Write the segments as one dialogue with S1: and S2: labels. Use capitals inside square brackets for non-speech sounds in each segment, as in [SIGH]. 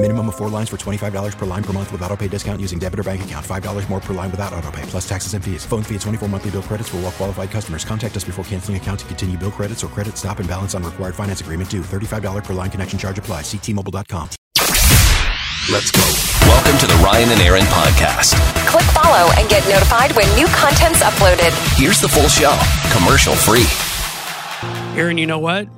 S1: Minimum of four lines for $25 per line per month with auto pay discount using debit or bank account. $5 more per line without auto pay, plus taxes and fees. Phone fee at 24 monthly bill credits for all well qualified customers. Contact us before canceling account to continue bill credits or credit stop and balance on required finance agreement due. $35 per line connection charge applies. Ctmobile.com.
S2: Let's go. Welcome to the Ryan and Aaron podcast.
S3: Click follow and get notified when new content's uploaded.
S2: Here's the full show, commercial free.
S4: Aaron, you know what?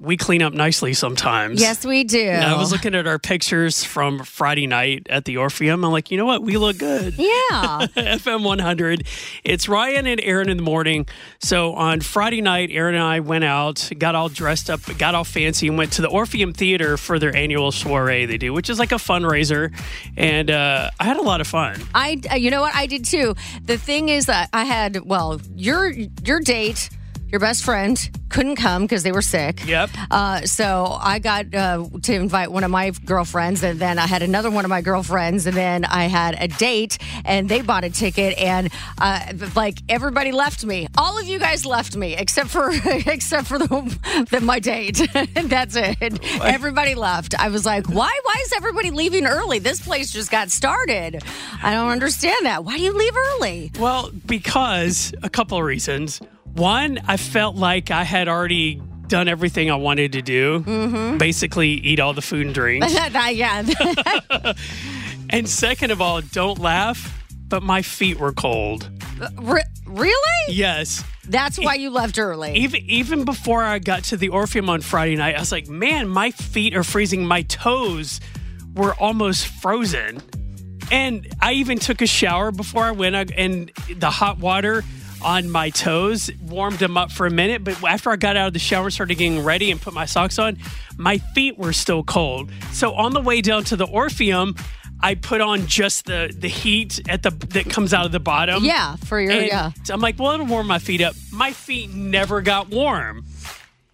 S4: We clean up nicely sometimes.
S5: Hmm. Yes, we do.
S4: And I was looking at our pictures from Friday night at the Orpheum. I'm like, you know what? We look good.
S5: [LAUGHS] yeah.
S4: [LAUGHS] FM 100. It's Ryan and Aaron in the morning. So on Friday night, Aaron and I went out, got all dressed up, got all fancy, and went to the Orpheum Theater for their annual soiree they do, which is like a fundraiser. And uh, I had a lot of fun.
S5: I uh, you know what I did too. The thing is that I had well, your your date, your best friend couldn't come because they were sick.
S4: Yep.
S5: Uh, so I got uh, to invite one of my girlfriends, and then I had another one of my girlfriends, and then I had a date, and they bought a ticket, and uh, like everybody left me. All of you guys left me except for [LAUGHS] except for the, the my date. [LAUGHS] That's it. Everybody left. I was like, why? Why is everybody leaving early? This place just got started. I don't understand that. Why do you leave early? [LAUGHS]
S4: Well, because a couple of reasons. One, I felt like I had already done everything I wanted to do. Basically, eat all the food and
S5: [LAUGHS]
S4: drinks.
S5: yeah.
S4: and second of all, don't laugh, but my feet were cold.
S5: Re- really?
S4: Yes.
S5: That's why you left early.
S4: Even even before I got to the Orpheum on Friday night, I was like, man, my feet are freezing. My toes were almost frozen. And I even took a shower before I went, I- and the hot water on my toes warmed them up for a minute. But after I got out of the shower, started getting ready, and put my socks on, my feet were still cold. So on the way down to the Orpheum, I put on just the the heat at the that comes out of the bottom.
S5: Yeah, for your
S4: And
S5: yeah.
S4: so I'm like, well, it'll warm my feet up. My feet never got warm.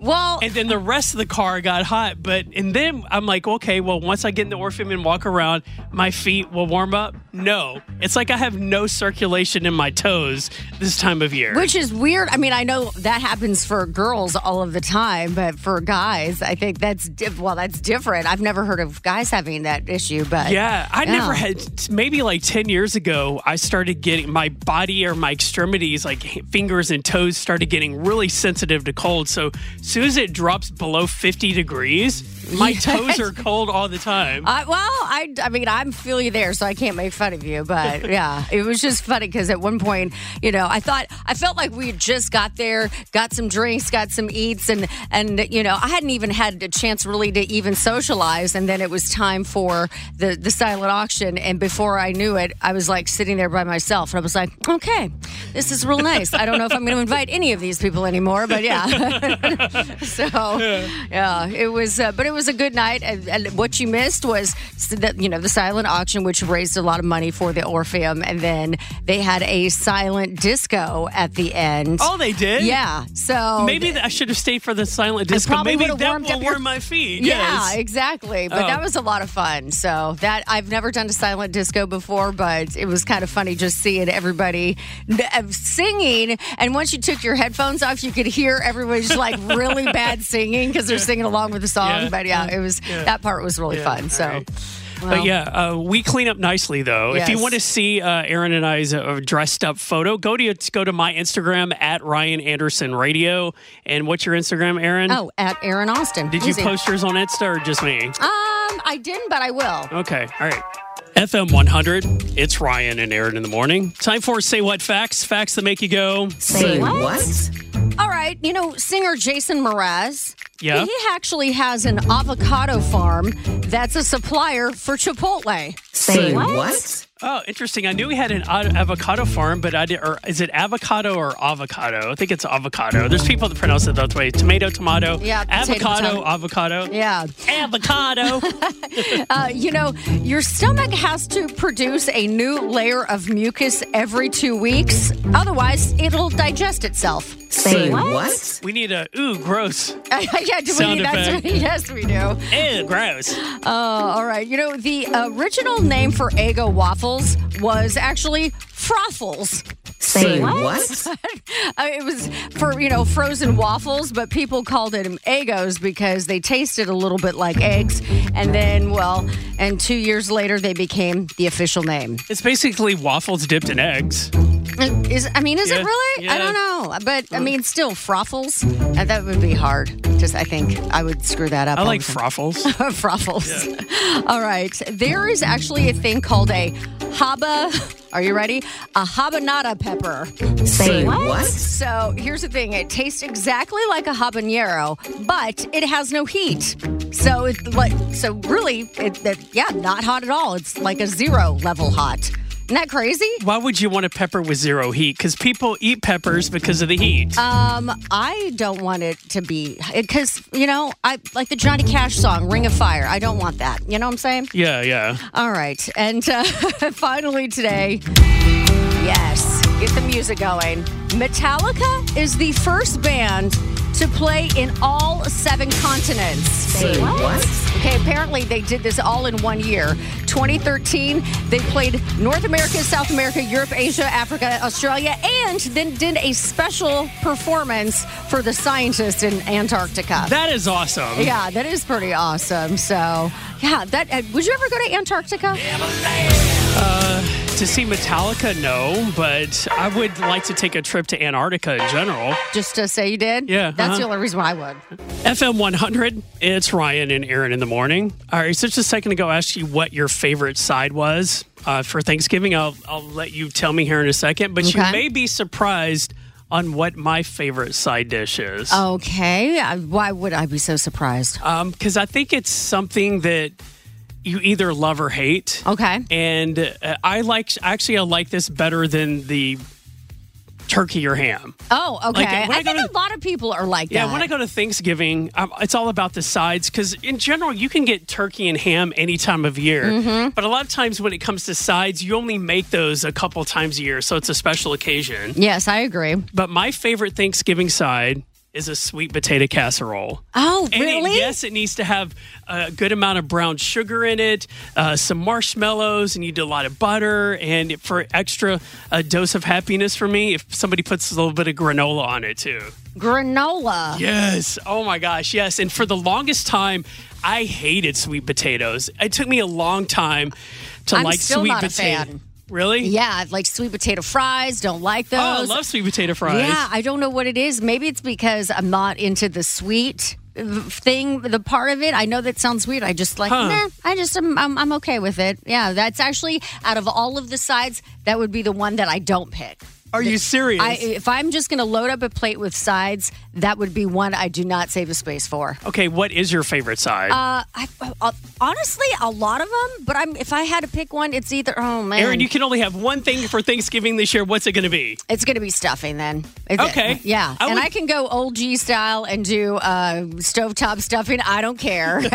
S5: Well,
S4: And then the rest of the car got hot. But, and then I'm like, okay, well, once I get in the orphan and walk around, my feet will warm up. No. It's like I have no circulation in my toes this time of year.
S5: which is weird. I mean, I know that happens for girls all of the time, but for guys, I think that's diff- well, that's different. I've never heard of guys having that issue, but
S4: yeah, I never
S5: Yeah.
S4: had. Maybe like ten years ago, I started getting my body or my extremities, like h- fingers and toes, started getting really sensitive to cold. So as soon as it drops below fifty degrees, my toes are cold all the time.
S5: [LAUGHS] I, well, I, I mean, I am feel you there, so I can't make fun of you, but yeah, it was just funny because at one point, you know, I thought I felt like we had just got there, got some drinks, got some eats, and and you know, I hadn't even had a chance really to even socialize, and then it was time for the the silent auction, and before I knew it, I was like sitting there by myself, and I was like, okay, this is real nice. I don't know if I'm going to invite any of these people anymore, but yeah. [LAUGHS] So yeah, it was, uh, but it was a good night. And, and what you missed was s- that you know the silent auction, which raised a lot of money for the Orpheum, and then they had a silent disco at the end.
S4: oh, they did.
S5: yeah. So
S4: Maybe that I should have stayed for the silent disco.
S5: probably
S4: Maybe
S5: would've
S4: that
S5: warmed
S4: will
S5: up your-
S4: warm my feet.
S5: Yeah,
S4: yes.
S5: exactly. But
S4: Oh.
S5: that was a lot of fun. So that I've never done a silent disco before, but it was kind of funny just seeing everybody n- singing. And once you took your headphones off, you could hear everyone's like
S4: [LAUGHS]
S5: really bad singing because they're singing along with the song.
S4: Yeah.
S5: But yeah, it was that part was really fun. So.
S4: right.
S5: well,
S4: But yeah, uh, we clean up nicely though. If you
S5: Yes.
S4: want to see uh, Aaron and I's uh, dressed up photo, go to go to my Instagram at Ryan Anderson Radio. And what's your Instagram, Aaron?
S5: Oh, at Aaron Austin.
S4: Did you
S5: Easy.
S4: post yours on Insta or just me?
S5: Um, I didn't, but I will.
S4: Okay, all right. FM 100, it's Ryan and Aaron in the morning. Time for Say What Facts, facts that make you go.
S5: Say what? All right, you know, singer Jason Mraz.
S4: Yeah.
S5: He actually has an avocado farm that's a supplier for Chipotle.
S6: Say what?
S4: Oh, interesting. I knew we had an ad- avocado farm, but I did, or is it avocado or avocado? I think it's avocado. There's people that pronounce it that way. Tomato, tomato.
S5: Yeah, potato,
S4: Avocado, avocado.
S5: potato. [LAUGHS] Yeah.
S4: Avocado.
S5: Uh, you know, your stomach has to produce a new layer of mucus every two weeks. Otherwise, it'll digest itself. [LAUGHS]
S6: Say what?
S4: we need a ooh gross.
S5: yeah, do we
S4: Sound
S5: need that? [LAUGHS]
S4: effect.
S5: Yes, we do.
S4: Ew, gross.
S5: Uh, all right. You know, the original name for Eggo waffles was actually froffles.
S6: Say what?
S7: [LAUGHS]
S5: Uh, it was for you know frozen waffles, but people called it egos because they tasted a little bit like eggs. And then, well, and two years later, they became the official name.
S4: It's basically waffles dipped in eggs.
S5: Is I mean, is
S4: Yeah,
S5: it really? I
S4: yeah.
S5: don't know, but I mean, still froffles. Uh, that would be hard. Just I think I would screw that up.
S4: I
S5: all
S4: like
S5: the time.
S4: froffles.
S5: [LAUGHS] Froffles. [LAUGHS] All right. There is actually a thing called a haba. Are you ready? A habanada pepper.
S6: Say what?
S5: So here's the thing it tastes exactly like a habanero, but it has no heat. So it, like, so really, it, that yeah, not hot at all. It's like a zero level hot. Isn't that crazy?
S4: Why would you want a pepper with zero heat? Because people eat peppers because of the heat.
S5: Um, I don't want it to be because you know I like the Johnny Cash song "Ring of Fire." I don't want that. You know what I'm saying?
S4: yeah, yeah.
S5: All right. And uh, [LAUGHS] finally today, yes, get the music going. Metallica is the first band to play in all seven continents. Say what? Okay, apparently they did this all in one year. 2013, they played North America, South America, Europe, Asia, Africa, Australia, and then did a special performance for the scientists in Antarctica.
S4: That is awesome.
S5: Yeah, that is pretty awesome. So, yeah, that uh, would you ever go to Antarctica?
S4: Uh, To see Metallica, no, but I would like to take a trip to Antarctica in general.
S5: Just to say you did?
S4: Yeah,
S5: That's the
S4: uh-huh.
S5: only reason why I would.
S4: FM 100, it's Ryan and Aaron in the morning. All right, so just a second ago, I asked you what your favorite side was uh, for Thanksgiving. I'll, I'll let you tell me here in a second, but
S5: Okay.
S4: you may be surprised on what my favorite side dish is.
S5: Oh. Okay. I- Why would I be so surprised?
S4: Uh, because Um, I think it's something that you either love or hate.
S5: Okay.
S4: And uh, I like actually I like this better than the turkey or ham.
S5: Oh, okay.
S4: Like,
S5: I,
S4: when I go
S5: think
S4: to-
S5: a lot of people are like
S4: Yeah,
S5: that.
S4: when I go to Thanksgiving, um, it's all about the sides because in general you can get turkey and ham any time of year.
S5: Mm-hmm.
S4: But a lot of times when it comes to sides, you only make those a couple times a year, so it's a special occasion.
S5: yes, I agree.
S4: But my favorite Thanksgiving side is a sweet potato casserole.
S5: Oh,
S4: And it-
S5: really?
S4: yes, it needs to have a good amount of brown sugar in it, uh, some marshmallows, and you do a lot of butter. And for extra a dose of happiness for me, if somebody puts a little bit of granola on it too.
S5: Granola.
S4: Yes. Oh my gosh. Yes. And for the longest time, I hated sweet potatoes. It took me a long time to
S5: I'm
S4: like
S5: still
S4: sweet
S5: not a
S4: potato.
S5: fan.
S4: Really?
S5: Yeah, I'd like sweet potato fries. Don't like those.
S4: Oh, I love sweet potato fries.
S5: Yeah, I don't know what it is. Maybe it's because I'm not into the sweet uh, thing, the part of it. I know that sounds weird. I just like,
S4: Huh.
S5: nah, I just, I'm, I'm, I'm okay with it. Yeah, that's actually out of all of the sides, that would be the one that I don't pick.
S4: Are you serious?
S5: I, if I'm just going to load up a plate with sides, that would be one I do not save the space for.
S4: okay. What is your favorite side?
S5: Uh, I, uh, honestly, a lot of them, but I'm if I had to pick one, it's either oh man,
S4: Aaron, you can only have one thing for Thanksgiving this year. What's it going to be?
S5: It's going to be stuffing then. It's-
S4: Okay.
S5: yeah.
S4: I
S5: and
S4: would-
S5: I can go old G style and do uh, stovetop stuffing. I don't care. [LAUGHS]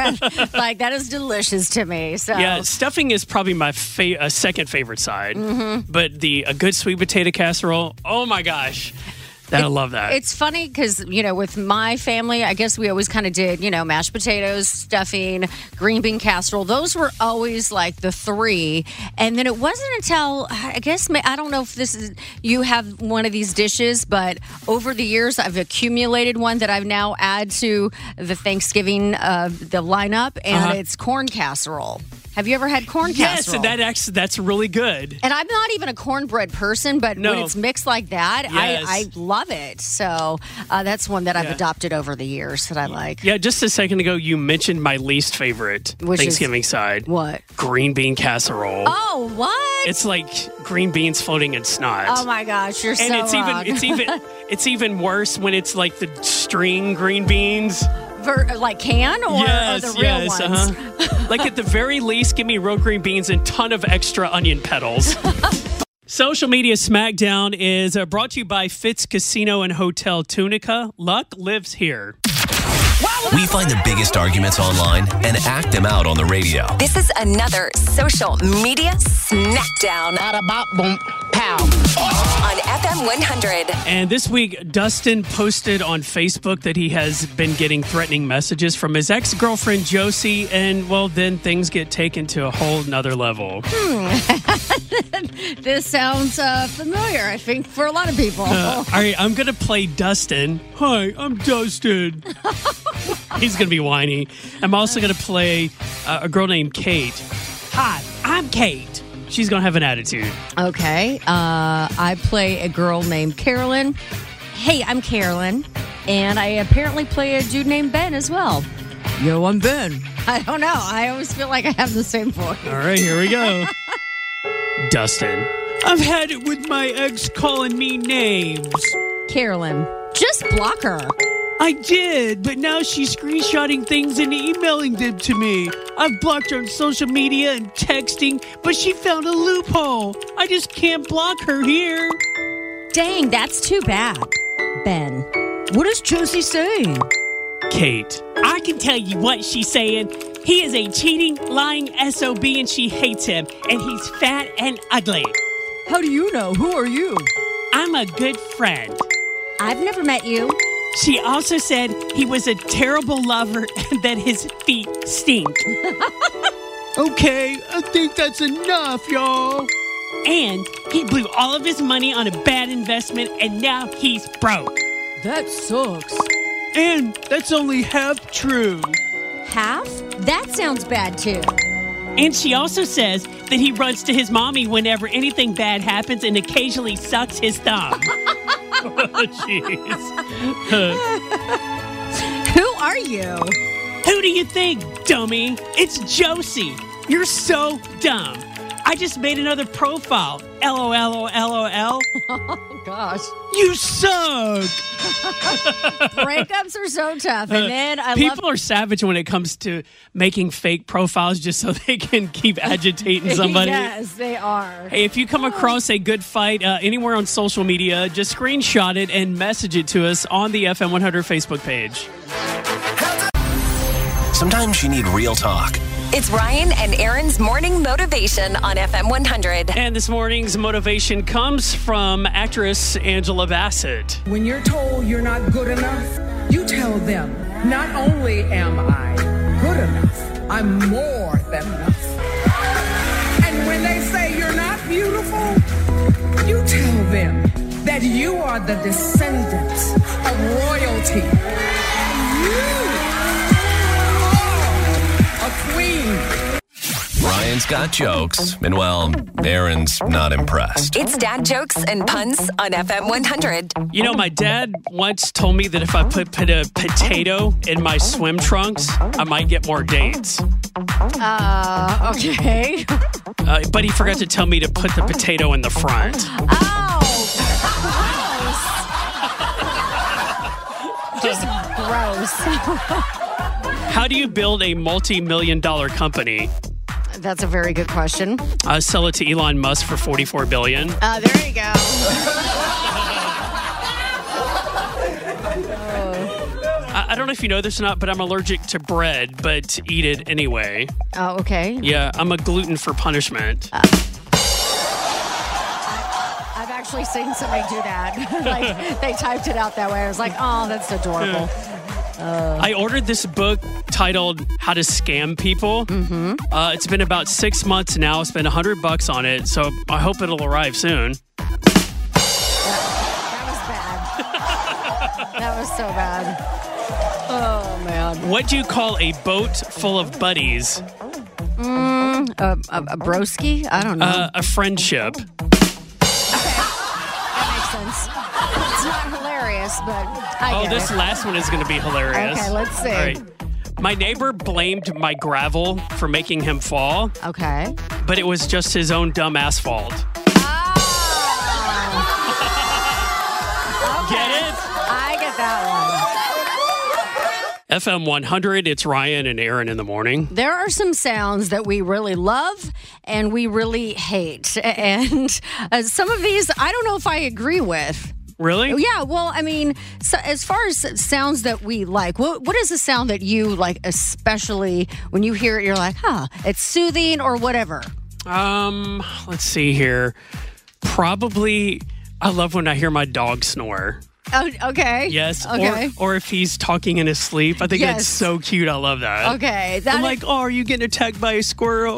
S5: like, that is delicious to me. So,
S4: Yeah, stuffing is probably my fa- uh, second favorite side.
S5: Mm-hmm.
S4: But the a good sweet potato casserole. Oh my gosh, that I love that.
S5: It's funny because, you know, with my family, I guess we always kind of did, you know, mashed potatoes, stuffing, green bean casserole. Those were always like the three. And then it wasn't until, I guess, ma- I don't know if this is, you have one of these dishes, but over the years, I've accumulated one that I've now add to the Thanksgiving, uh, the lineup, and it's corn casserole. Have you ever had corn
S4: Uh-huh. Yes,
S5: casserole?
S4: and that actually that's really good.
S5: And I'm not even a cornbread person, but when
S4: No.
S5: it's mixed like that,
S4: Yes.
S5: I, I love it. So uh, that's one that I've adopted over the years that I like.
S4: Yeah, just a second ago you mentioned my least favorite
S5: Which is-
S4: Thanksgiving side.
S5: What?
S4: Green bean casserole.
S5: Oh, what?
S4: It's like green beans floating in snot.
S5: Oh my gosh, you're
S4: and
S5: so
S4: it's
S5: wrong.
S4: even it's e even
S5: [LAUGHS]
S4: it's even worse when it's like the string green beans.
S5: Ver- like can or, or
S4: yes,
S5: the real
S4: yes,
S5: ones. [LAUGHS]
S4: uh-huh. like at the very least, give me real green beans and ton of extra onion
S5: [LAUGHS]
S4: petals. Social Media Smackdown is uh, brought to you by Fitz Casino and Hotel Tunica. Luck lives here.
S2: We find the biggest arguments online and act them out on the radio.
S3: This is another social media smackdown. On FM 100.
S4: And this week, Dustin posted on Facebook that he has been getting threatening messages from his ex girlfriend Josie, and well, then things get taken to a whole nother level.
S5: This sounds uh, familiar, I think, for a lot of people.
S4: Uh, all right, I'm gonna play Dustin. Hi, I'm Dustin. [LAUGHS] He's gonna be whiny. I'm also gonna play uh, a girl named Kate. Hi, I'm Kate. She's gonna have an attitude.
S5: Okay. Uh, I play a girl named Carolyn. Hey, I'm Carolyn. And I apparently play a dude named Ben as well. Yo, I'm Ben. [LAUGHS] I don't know. I always feel like I have the same voice.
S4: All right, here we go. Dustin. I've had it with my ex calling me names.
S5: Carolyn, just block her.
S4: I did, but now she's screenshotting things and emailing them to me. I've blocked her on social media and texting, but she found a loophole. I just can't block her here.
S5: Dang, that's too bad. Ben, what is Josie saying?
S4: Kate. I can tell you what she's saying. He is a cheating, lying SOB and she hates him. And he's fat and ugly.
S5: How do you know? Who are you?
S4: I'm a good friend.
S5: I've never met you.
S4: She also said he was a terrible lover [LAUGHS] and that his feet stink. [LAUGHS] okay, I think that's enough, y'all. And he blew all of his money on a bad investment and now he's broke.
S5: That sucks.
S4: And that's only half true.
S5: Half? That sounds bad too.
S4: And she also says that he runs to his mommy whenever anything bad happens and occasionally sucks his thumb. Oh, Jeez.
S5: Who are you?
S4: Who do you think, dummy? It's Josie. You're so dumb. I just made another profile. LOL, LOL.
S5: Oh, gosh.
S4: You suck.
S5: Breakups are so [LAUGHS] tough. And then I love
S4: People are savage when it comes to making fake profiles just so [LAUGHS] they can keep
S5: [LAUGHS]
S4: agitating somebody.
S5: Yes, they are.
S4: Hey, if you come across a good fight uh, anywhere on social media, just screenshot it and message it to us on the FM 100 Facebook page.
S2: Sometimes you need real talk.
S3: It's Ryan and Aaron's morning motivation on FM 100.
S4: And this morning's motivation comes from actress Angela Bassett.
S8: When you're told you're not good enough, you tell them, not only am I good enough, I'm more than enough. And when they say you're not beautiful, you tell them that you are the descendants of royalty. And you are a queen.
S2: Ryan's got jokes, and well, Aaron's not impressed.
S3: It's dad jokes and puns on FM 100.
S4: You know, my dad once told me that if I put, put a potato in my swim trunks, I might get more dates.
S5: Uh, [LAUGHS] okay.
S4: Uh, but he forgot to tell me to put the potato in the front.
S5: Oh. Ow! Gross. Just gross.
S4: How do you build a multi million dollar company?
S5: That's a very good question.
S4: Uh, sell it to Elon Musk for 44 billion.
S5: Uh, there you go.
S4: I, I don't know if you know this or not, but I'm allergic to bread, but eat it anyway.
S5: Oh, okay.
S4: Yeah, I'm a gluten for punishment.
S5: I've actually seen somebody do that. [LAUGHS] like they typed it out that way. I was like, oh, that's adorable.
S4: I ordered this book titled "How to Scam People." Mm-hmm. Uh, it's been about six months now. I spent a hundred bucks on it, so I hope it'll arrive soon.
S5: That was bad. that was so bad. Oh man.
S4: What do you call a boat full of buddies?
S5: A, a, a broski? I don't know.
S4: Uh, a friendship.
S5: that makes sense. It's not hilarious, but I
S4: oh,
S5: get
S4: this
S5: it.
S4: last one is going to be hilarious.
S5: Okay, let's see.
S4: All right. My neighbor blamed my gravel for making him fall,
S5: Okay.
S4: but it was just his own dumb asphalt. Get it?
S5: Ah, I get that
S4: FM 100, it's Ryan and Aaron in the morning.
S5: one. There are some sounds that we really love and we really hate. [LAUGHS] And uh, some of these, I don't know if I agree with.
S4: Really?
S5: Yeah, well, I mean, so as far as sounds that we like, what what is a sound that you like especially when you hear it? You're like, huh, it's soothing or whatever.
S4: Um, let's see here. Probably, I love when I hear my dog snore.
S5: Oh, okay.
S4: Yes.
S5: Okay.
S4: Or, or if he's talking in his sleep. I think
S5: Yes.
S4: that's so cute. I love that.
S5: okay.
S4: I'm
S5: That
S4: like, oh, are you getting attacked by a
S5: [LAUGHS]
S4: squirrel?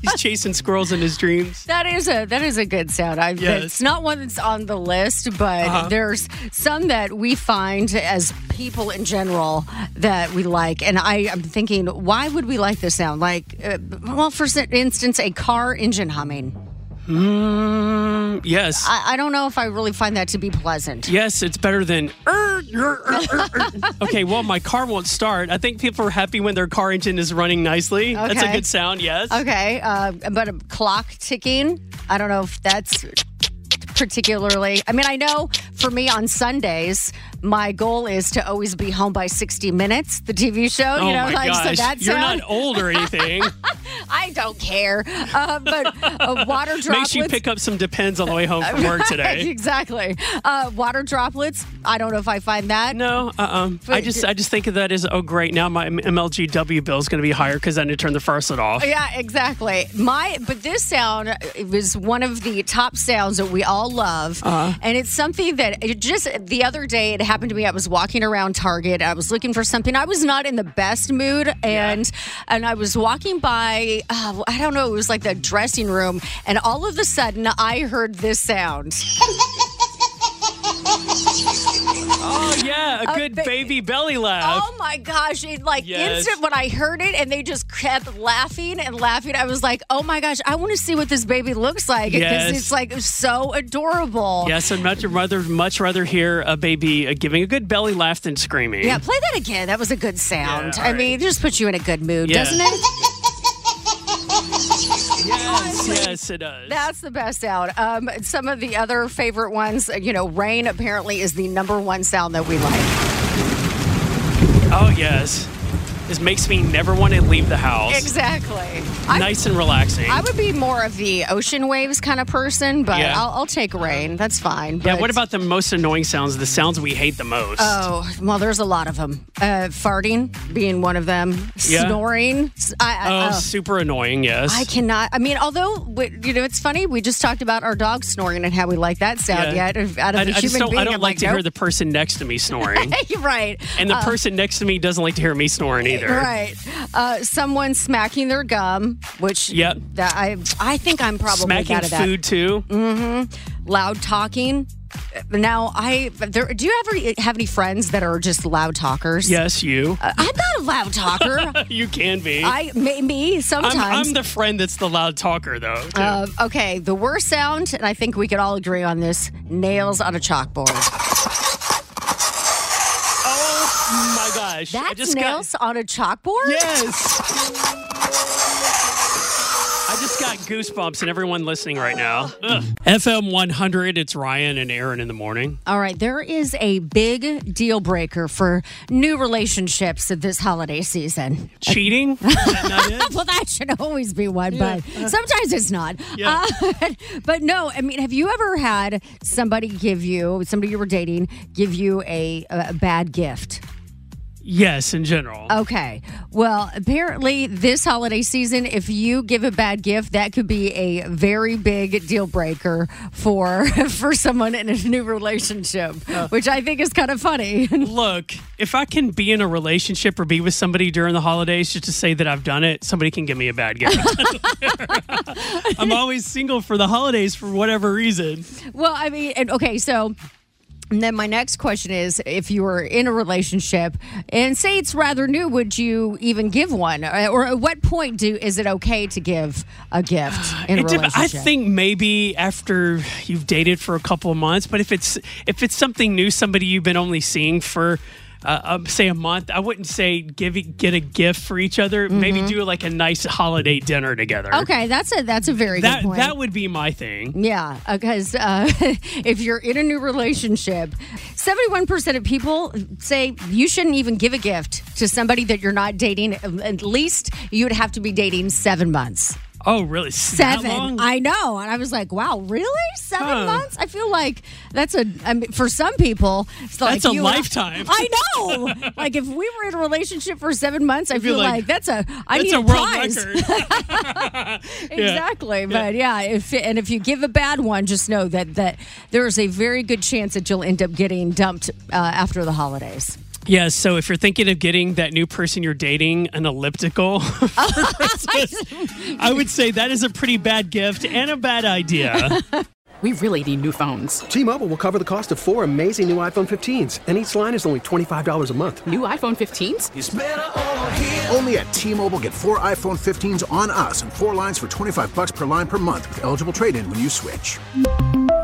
S4: he's chasing squirrels in his dreams.
S5: That is a that is a good sound. I,
S4: Yes.
S5: It's not one that's on the list, but
S4: Uh-huh.
S5: there's some that we find as people in general that we like. And I am thinking, why would we like this sound? Like, uh, well, for s- instance, a car engine humming.
S4: Mm, yes.
S5: I, I don't know if I really find that to be pleasant.
S4: Yes, it's better than. "Er, er, er, er,
S5: [LAUGHS]
S4: er." okay, well, my car won't start. I think people are happy when their car engine is running nicely. That's a
S5: Okay.
S4: good sound, yes.
S5: Okay, uh, but a clock ticking. I don't know if that's particularly. I mean, I know for me on Sundays, my goal is to always be home by 60 minutes. The TV show,
S4: Oh
S5: you know,
S4: my
S5: like
S4: gosh,
S5: so that
S4: you're
S5: sound.
S4: not old or anything.
S5: [LAUGHS] I don't care. Uh, but
S4: [LAUGHS]
S5: uh, water droplets.
S4: Make sure you pick up some Depends on the way home from
S5: [LAUGHS]
S4: work today.
S5: exactly. Uh, water droplets. I don't know if I find that.
S4: No, uh, uh I
S5: But-
S4: just, I just think of that as, oh, great, now my MLGW bill is going to be higher because I need to turn the faucet off.
S5: [LAUGHS] Yeah, exactly. My but this sound is one of the top sounds that we all love, and it's something that it just the other day it happened to me. I was walking around Target. I was looking for something. I was not in the best mood, and and I was walking by. Uh, I don't know. It was like the dressing room, and all of a sudden I heard this sound.
S4: Oh yeah, a good
S5: uh, ba-
S4: baby belly laugh.
S5: Oh my gosh! It like
S4: Yes.
S5: instant when I heard it, and they just kept laughing and laughing. I was like, "Oh my gosh! I want to see what this baby looks like because
S4: Yes.
S5: it's like so adorable."
S4: Yes, I'd much rather much rather hear a baby uh, giving a good belly laugh than screaming.
S5: Yeah, play that again. That was a good sound.
S4: Yeah,
S5: I
S4: all
S5: mean, it just puts you in a good mood,
S4: Yeah.
S5: doesn't it?
S4: Yes, yes, it does.
S5: That's the best sound. Um, some of the other favorite ones, uh, you know, rain apparently is the number one sound that we like.
S4: Oh yes, this makes me never want to leave the house.
S5: Exactly. I,
S4: Nice and relaxing.
S5: I would be more of the ocean waves kind of person, but
S4: Yeah.
S5: I'll, I'll take rain. That's fine.
S4: yeah.
S5: but-
S4: What about the most annoying sounds? The sounds we hate the most.
S5: Oh, well, there's a lot of them. Uh, farting being one of them.
S4: Yeah.
S5: Snoring. S- I, I-
S4: Oh,
S5: oh.
S4: super annoying. Yes.
S5: I cannot. I mean, although w- you know, it's funny. We just talked about our dog snoring and how we like that sound.
S4: Yeah.
S5: Yet, out of a
S4: I, I
S5: human
S4: just don't.
S5: being,
S4: I don't
S5: I'm
S4: like to hear
S5: nope.
S4: the person next to me
S5: [LAUGHS]
S4: snoring,
S5: You're right.
S4: and the
S5: Uh,
S4: person next to me doesn't like to hear me snoring either.
S5: Right. Uh, someone smacking their gum, which
S4: Yep.
S5: that I I think I'm probably
S4: Smacking
S5: out of that. Mm.
S4: food too.
S5: Loud talking. Uh, Now I there, do you ever eh, have any friends that are just loud talkers?
S4: Yes, you.
S5: Uh, I'm not a
S4: [LAUGHS]
S5: loud talker.
S4: you can be.
S5: I may me sometimes.
S4: I'm, I'm the friend that's the loud talker, though. too.
S5: Uh, okay, the worst sound, and I think we could all agree on this: nails on a
S4: [LAUGHS]
S5: chalkboard.
S4: oh my gosh! I
S5: That's
S4: just
S5: nails on a chalkboard.
S4: Got, yes. I just got goosebumps, and everyone listening right now. Ugh. FM 100. It's Ryan and Aaron in the morning.
S5: All right, there is a big deal breaker for new relationships at this holiday season. [LAUGHS]
S4: Cheating? Is that not it?
S5: Well, that should always be one,
S4: [LAUGHS]
S5: but sometimes it's not.
S4: Yeah.
S5: Uh, [LAUGHS] but no, I mean, have you ever had somebody give you somebody you were dating give you a, a bad gift?
S4: yes, in
S5: Oh,
S4: general.
S5: Okay. Well, apparently, this holiday season, if you give a bad gift, that could be a very big deal breaker for [LAUGHS] for someone in a new relationship,
S4: Oh.
S5: which I think is kind of funny. [LAUGHS]
S4: Look, if I can be in a relationship or be with somebody during the holidays just to say that I've done it, somebody can give me a bad [LAUGHS] gift. I'm always single for the holidays for whatever reason.
S5: well, I mean, and, okay, so. And then my next question is if you were in a relationship and say it's rather new, would you even give one? Or or at what point do is it okay to give
S4: [SIGHS]
S5: a gift in a
S4: It dep-
S5: relationship?
S4: I think maybe after you've dated for a couple of months, but if it's if it's something new, somebody you've been only seeing for. Uh, um, say a month. I wouldn't say give it- get a gift for each other. Maybe do like a nice holiday dinner together.
S5: Mm-hmm. Okay, that's a that's a very
S4: that
S5: good point.
S4: that would be my thing.
S5: Yeah, because uh, [LAUGHS] if you're in a new relationship, 71% of people say you shouldn't even give a gift to somebody that you're not dating. At least you would have to be dating seven months.
S4: Oh, really? That
S5: Seven.
S4: long?
S5: I know. And I was like, wow, really? Seven
S4: Huh.
S5: months? I feel like that's a, I mean, for some people, it's like
S4: That's a
S5: you-
S4: lifetime.
S5: I know. [LAUGHS] like if we were in a relationship for seven months, I
S4: You'd be
S5: feel like,
S4: like,
S5: that's a, I
S4: that's
S5: need
S4: a
S5: a
S4: world
S5: prize. [LAUGHS]
S4: record.
S5: Exactly, but yeah, if and if you give a bad one, just know that that there is a very good chance that you'll end up getting dumped uh, after the holidays.
S4: Yeah, so if you're thinking of getting that new person you're dating an elliptical, [LAUGHS] I would say that is a pretty bad gift and a bad idea.
S7: We really need new phones. T-Mobile will cover the cost of four amazing new iPhone 15s, and each line is only $25 a month.
S9: New iPhone 15s?
S10: Only at T-Mobile, get four iPhone 15s on us and four lines for 25 bucks per line per month with eligible trade-in when you switch.